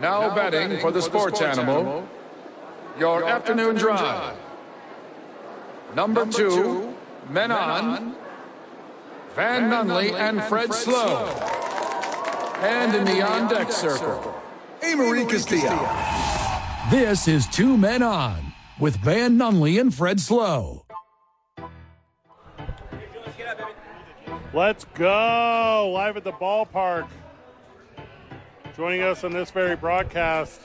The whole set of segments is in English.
Now, betting, for the sports, animal, your, afternoon, drive. Number, two, Men On, Van, Nunley, and Fred, Slow. And in the on deck circle, Amory Castillo. This is Two Men On with Van Nunley and Fred Slow. Let's go Oh, live at the ballpark. Joining us on this very broadcast,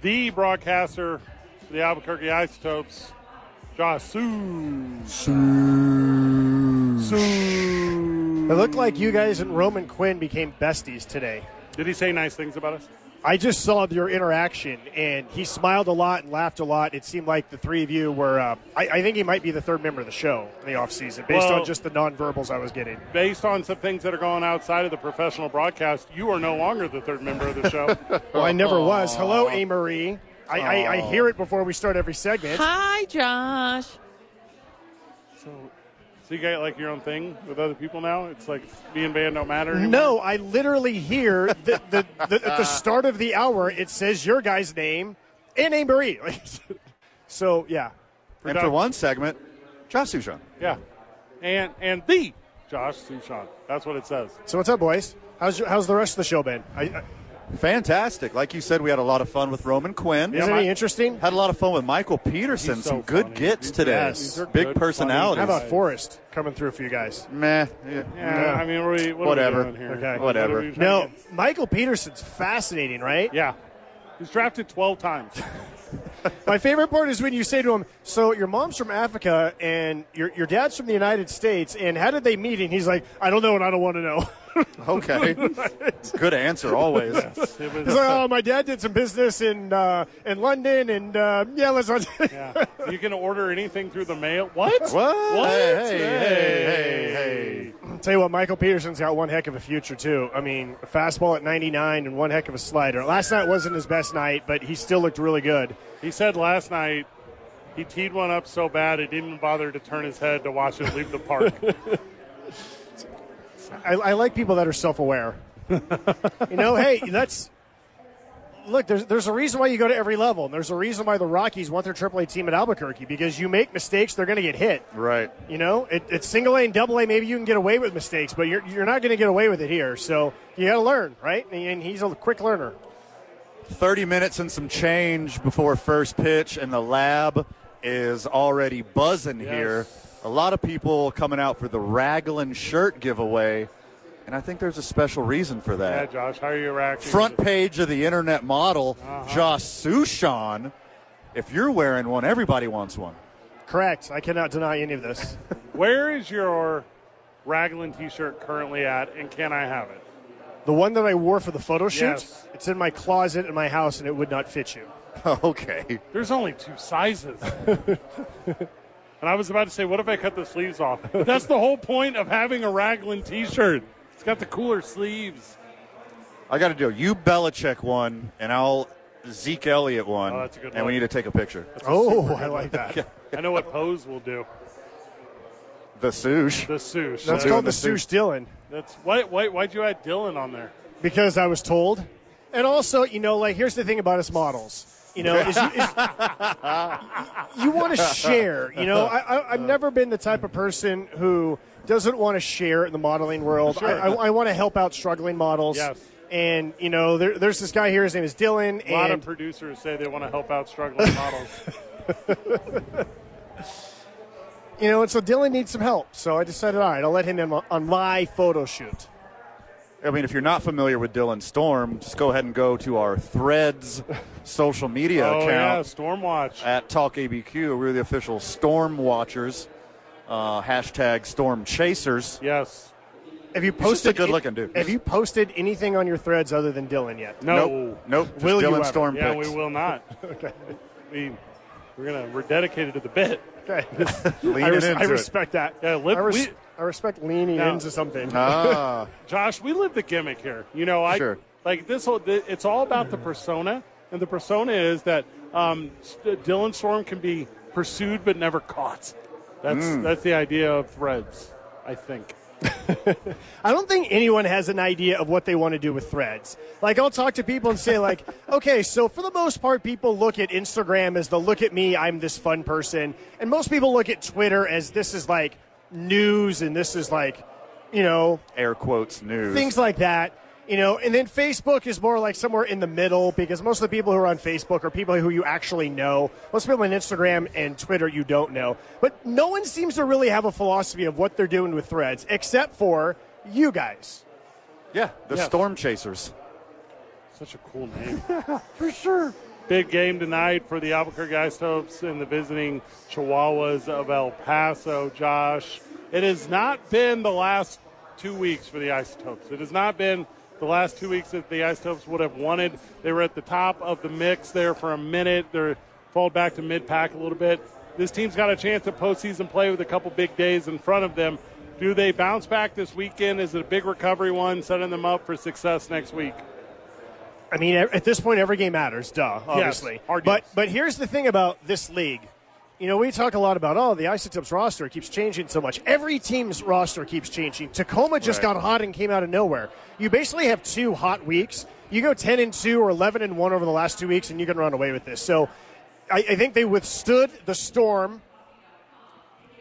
the broadcaster for the Albuquerque Isotopes, Josh Sue. It looked like you guys and Roman Quinn became besties today. Did he say nice things about us? I just saw your interaction, and he smiled a lot and laughed a lot. It seemed like the three of you were. Uh, I, I think he might be the third member of the show in the offseason, based Well- on just the nonverbals I was getting. Based on some things that are going outside of the professional broadcast, you are no longer the third member of the show. Well, I never was. Hello, A. Marie. I, I, I hear it before we start every segment. Hi, Josh. so you got like your own thing with other people now? It's like me and Van don't matter anymore? No, I literally hear the, the, the, at the start of the hour, it says your guy's name and A. Marie. so, yeah. And for one segment, Josh Sushan. Yeah. And and the Josh Sushan. That's what it says. So, what's up, boys? How's, your, how's the rest of the show been? I, I, Fantastic. Like you said, we had a lot of fun with Roman Quinn. is it my- any interesting? Had a lot of fun with Michael Peterson. He's so Some good funny. gets He's- today. yes. These are Big good, How personalities. funny- about Forrest coming through for you guys? Meh. Yeah. Yeah, I mean, what are we, what Whatever. Are we doing here? Okay. What are we Whatever. trying to No, get? Michael Peterson's fascinating, right? Yeah. He's drafted 12 times. My favorite part is when you say to him, "So your mom's from Africa and your your dad's from the United States, and how did they meet?" And he's like, "I don't know, and I don't want to know." Okay. good answer always. It he's was, like, "Oh, my dad did some business in uh, in London, and uh, yeah, let's." yeah. You can order anything through the mail. What? What? What? Hey, hey, hey, hey. Tell you what, Michael Peterson's got one heck of a future too. I mean, a fastball at 99 and one heck of a slider. Last night wasn't his best night, but he still looked really good. He said last night he teed one up so bad he didn't even bother to turn his head to watch it leave the park. I, I like people that are self-aware. you know, hey, that's look. There's there's a reason why you go to every level, and there's a reason why the Rockies want their AAA team at Albuquerque because you make mistakes, they're going to get hit. Right. You know, it, it's single A and double A. Maybe you can get away with mistakes, but you're you're not going to get away with it here. So you got to learn, right? And, and he's a quick learner. 30 minutes and some change before first pitch, and the lab is already buzzing here. A lot of people coming out for the Raglan shirt giveaway, and I think there's a special reason for yeah, that. Josh, how are you reacting? Front page of the internet model, Uh-huh. Josh Sushan. If you're wearing one, everybody wants one. Correct. I cannot deny any of this. Where is your Raglan t shirt currently at, and can I have it? The one that I wore for the photo shoot, Yes. it's in my closet in my house, and it would not fit you. okay. There's only two sizes. and I was about to say, what if I cut the sleeves off? But that's the whole point of having a Raglan T-shirt. It's got the cooler sleeves. I got to do you Belichick one, and I'll Zeke Elliott one, Oh, that's a good and one. we need to take a picture. Oh, I like that. I know what pose will do. The Sush. The sush. That's Doing called the the Sush Dylan. That's why, why, why'd you add Dylan on there? because I was told. And also, you know, like here's the thing about us models. You know, is you, is- you want to share. You know, I, I, I've never been the type of person who doesn't want to share in the modeling world. I, I, I want to help out struggling models. Yes. And you know, there, there's this guy here. His name is Dylan. A lot and of producers say they want to help out struggling models. you know, and so Dylan needs some help. So I decided, all right, I'll let him in on my photo shoot. I mean, if you're not familiar with Dylan Storm, just go ahead and go to our Threads social media oh yeah, account Stormwatch. at TalkABQ. We're the official Storm Watchers, uh, hashtag Storm Chasers. Yes. Have you just a posted good-looking dude. Have you posted anything on your threads other than Dylan yet? No. Nope. Nope. Just Will you Dylan ever? Storm Yeah, picks. we will not. we, we're gonna we're dedicated to the bit. Okay. Leaning I, res- into I it. respect that. Yeah, lip- I, res- we- I respect leaning No. into something. Ah, Josh, we live the gimmick here. You know, I Sure. like this whole. th- It's all about the persona, and the persona is that um, S- Dylan Storm can be pursued but never caught. That's that's the idea of Threads, I think. I don't think anyone has an idea of what they want to do with threads. Like, I'll talk to people and say, like, okay, so for the most part, people look at Instagram as the look at me, I'm this fun person. And most people look at Twitter as this is like news and this is like, you know, Air quotes news. things like that. You know, and then Facebook is more like somewhere in the middle because most of the people who are on Facebook are people who you actually know. Most people on Instagram and Twitter you don't know. But no one seems to really have a philosophy of what they're doing with threads except for you guys. yeah, the Yeah. storm chasers. Such a cool name. for sure. Big game tonight for the Albuquerque Ice Hopes and the visiting Chihuahuas of El Paso, Josh. It has not been the last two weeks for the Isotopes. It has not been the last two weeks that the Isotopes would have wanted. They were at the top of the mix there for a minute. They're fall back to mid pack a little bit. This team's got a chance at postseason play with a couple big days in front of them. Do they bounce back this weekend? Is it a big recovery one, setting them up for success next week? I mean, at this point, every game matters, duh, obviously. hard but yes. but here's the thing about this league. You know, we talk a lot about oh, the Isotopes roster keeps changing so much. Every team's roster keeps changing. Tacoma just Right. got hot and came out of nowhere. You basically have two hot weeks. You go ten and two or eleven and one over the last two weeks, and you can run away with this. So, I, I think they withstood the storm.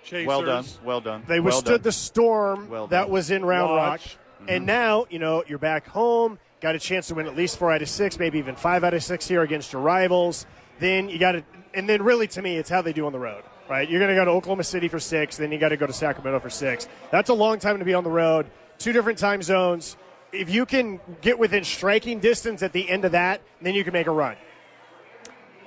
Chasers. Well done. Well done. They well withstood done. the storm Well that done. Mm-hmm. was in Round Watch. Rock. And now, you know, you're back home, got a chance to win at least four out of six, maybe even five out of six here against your rivals. Then you got to, and then really to me, it's how they do on the road, right? You're going to go to Oklahoma City for six, then you got to go to Sacramento for six. That's a long time to be on the road, two different time zones. If you can get within striking distance at the end of that, then you can make a run.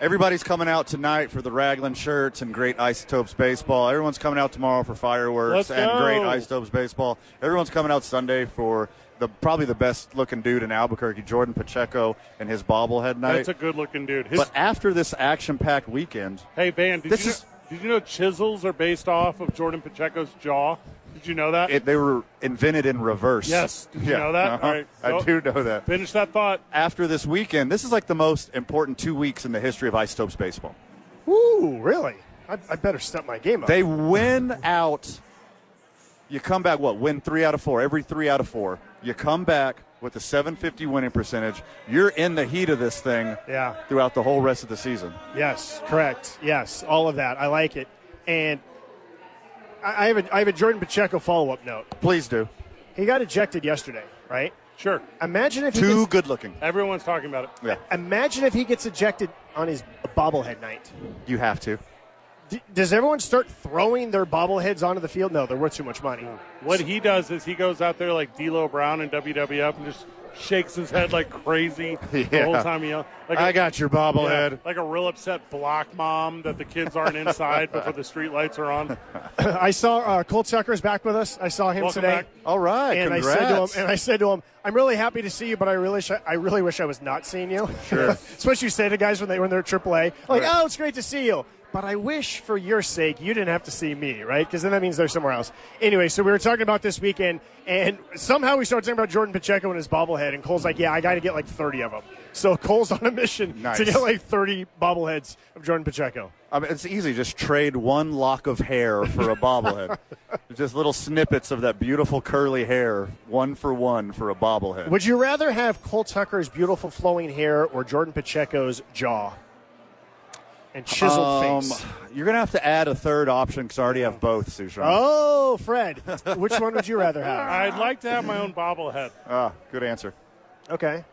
Everybody's coming out tonight for the Raglan shirts and Great Isotopes baseball. Everyone's coming out tomorrow for Let's fireworks and Great go. Isotopes baseball. Everyone's coming out Sunday for the probably the best looking dude in Albuquerque, Jordan Pacheco, and his bobblehead night. That's a good looking dude. His, but after this action-packed weekend, hey, Van, did this you, is- know, did you know chisels are based off of Jordan Pacheco's jaw? Did you know that? it, they were invented in reverse. Yes. Did you know that? uh-huh. All right. I So- do know that. Finish that thought. After this weekend, this is like the most important two weeks in the history of Isotopes baseball. Ooh, really? I, I better step my game up. They win out. You come back what? Win three out of four. Every three out of four. You come back with a 750 winning percentage. You're in the heat of this thing. Yeah. Throughout the whole rest of the season. Yes, correct. Yes, all of that. I like it. And I I have a, I have a Jordan Pacheco follow up note. Please do. He got ejected yesterday, right? Sure. Imagine if he Too gets, good looking. Everyone's talking about it. Yeah. imagine if he gets ejected on his bobblehead night. You have to. D- does everyone start throwing their bobbleheads onto the field? No, they're worth too much money. What he does is he goes out there like D'Lo Brown in WWF and just shakes his head like crazy the Yeah. whole time he yells. Like I a- got your yeah, bobblehead. like a real upset block mom that the kids aren't inside before the street lights are on. I saw uh, Cole Tucker's back with us. I saw him Welcome today. back. All right. And I congrats. said to him, and I said to him, I'm really happy to see you, but I really, sh- I really wish I was not seeing you. Sure. it's what you say to guys when they when they're AAA, like, Right. oh, it's great to see you, but I wish for your sake you didn't have to see me, right? Because then that means they're somewhere else. Anyway, so we were talking about this weekend, and somehow we started talking about Jordan Pacheco and his bobblehead, and Cole's like, yeah, I got to get like 30 of them. So Cole's on a mission Nice. to get like 30 bobbleheads of Jordan Pacheco. I mean, it's easy. Just trade one lock of hair for a bobblehead. just little snippets of that beautiful curly hair, one for one for a bobblehead. Would you rather have Cole Tucker's beautiful flowing hair or Jordan Pacheco's jaw and chiseled Um, face? You're gonna have to add a third option because I already have both, Sushan. Oh, Fred, which one would you rather have? I'd like to have my own bobblehead. Ah, good answer. Okay.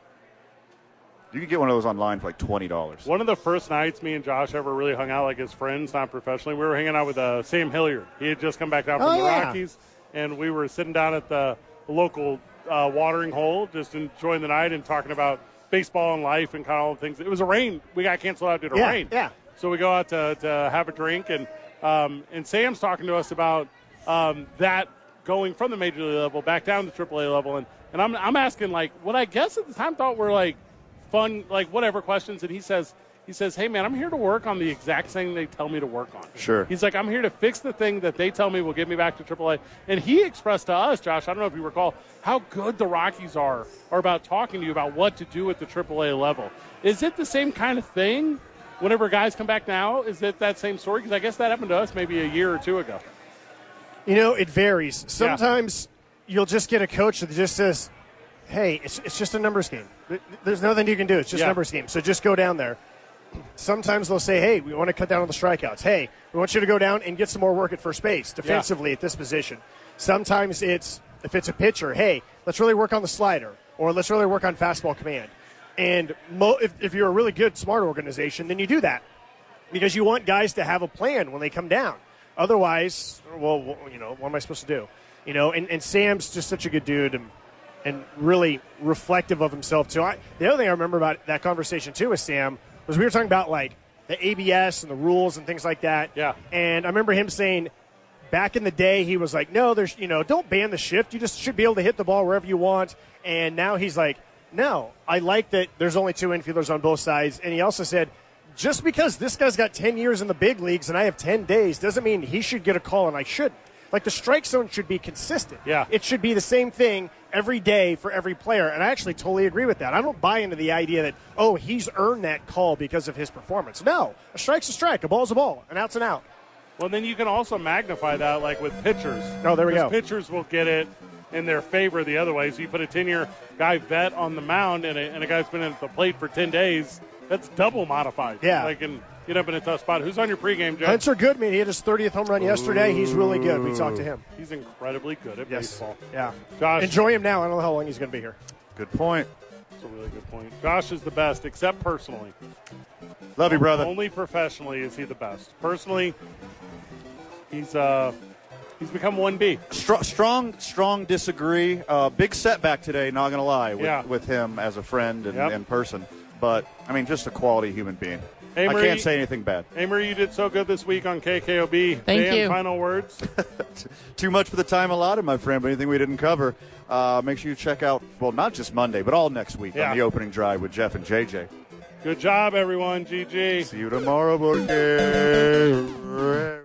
You can get one of those online for like twenty dollars. One of the first nights me and Josh ever really hung out like as friends, not professionally, we were hanging out with uh, Sam Hilliard. He had just come back down from Oh, the yeah. Rockies, and we were sitting down at the local uh, watering hole, just enjoying the night and talking about baseball and life and kind of all the things. It was a rain. We got canceled out due to Yeah, rain. yeah. So we go out to, to have a drink, and um, and Sam's talking to us about um, that going from the major league level back down to AAA level, and and I'm I'm asking like what I guess at the time thought were like fun like whatever questions, and he says he says, hey man, I'm here to work on the exact same thing they tell me to work on. Sure. He's like, I'm here to fix the thing that they tell me will get me back to AAA, and he expressed to us, Josh, I don't know if you recall how good the Rockies are are about talking to you about what to do at the AAA level. Is it the same kind of thing? whenever guys come back now, is it that same story? Because I guess that happened to us maybe a year or two ago. You know, it varies. Sometimes you'll just get a coach that just says, "Hey, it's, it's just a numbers game. Th- There's nothing you can do. It's just a Yeah. numbers game. So just go down there." Sometimes they'll say, "Hey, we want to cut down on the strikeouts. Hey, we want you to go down and get some more work at first base defensively at this position." Sometimes it's if it's a pitcher, "Hey, let's really work on the slider, or let's really work on fastball command." And mo- if, if you're a really good, smart organization, then you do that because you want guys to have a plan when they come down. Otherwise, well, wh- you know, what am I supposed to do? You know, and, and Sam's just such a good dude and, and really reflective of himself, too. I, the other thing I remember about that conversation, too, with Sam was we were talking about, like, the ABS and the rules and things like that. Yeah. And I remember him saying, back in the day, he was like, no, there's, you know, don't ban the shift. You just should be able to hit the ball wherever you want. And now he's like, no, I like that there's only two infielders on both sides. And he also said, just because this guy's got 10 years in the big leagues and I have 10 days doesn't mean he should get a call and I shouldn't. Like the strike zone should be consistent. Yeah. It should be the same thing every day for every player. And I actually totally agree with that. I don't buy into the idea that, oh, he's earned that call because of his performance. No, a strike's a strike, a ball's a ball, an out's an out. Well, then you can also magnify that, like with pitchers. Oh, there we Because go. Pitchers will get it in their favor the other way. So you put a 10 year guy vet on the mound and a, and a guy's been at the plate for 10 days, that's double modified. Yeah. Like, and get up in a tough spot. Who's on your pregame, Jeff? Hunter Goodman, he hit his 30th home run yesterday. He's really good. We talked to him. He's incredibly good at Yes. baseball. Yeah. Josh. Enjoy him now. I don't know how long he's going to be here. Good point. That's a really good point. Josh is the best, except personally. Love you, brother. Only professionally is he the best. Personally, he's uh he's become one B. Str- strong, strong disagree. Uh, big setback today, not going to lie, with, Yeah. with him as a friend and Yep. in person. But, I mean, just a quality human being. Hey, I Marie. can't say anything bad. Amory, you did so good this week on KKOB. Thank Dan, you. Final words. Too much for the time allotted, my friend, but anything we didn't cover, uh, make sure you check out, well, not just Monday, but all next week Yeah. on the opening drive with Jeff and JJ. Good job, everyone. GG. See you tomorrow, Borges.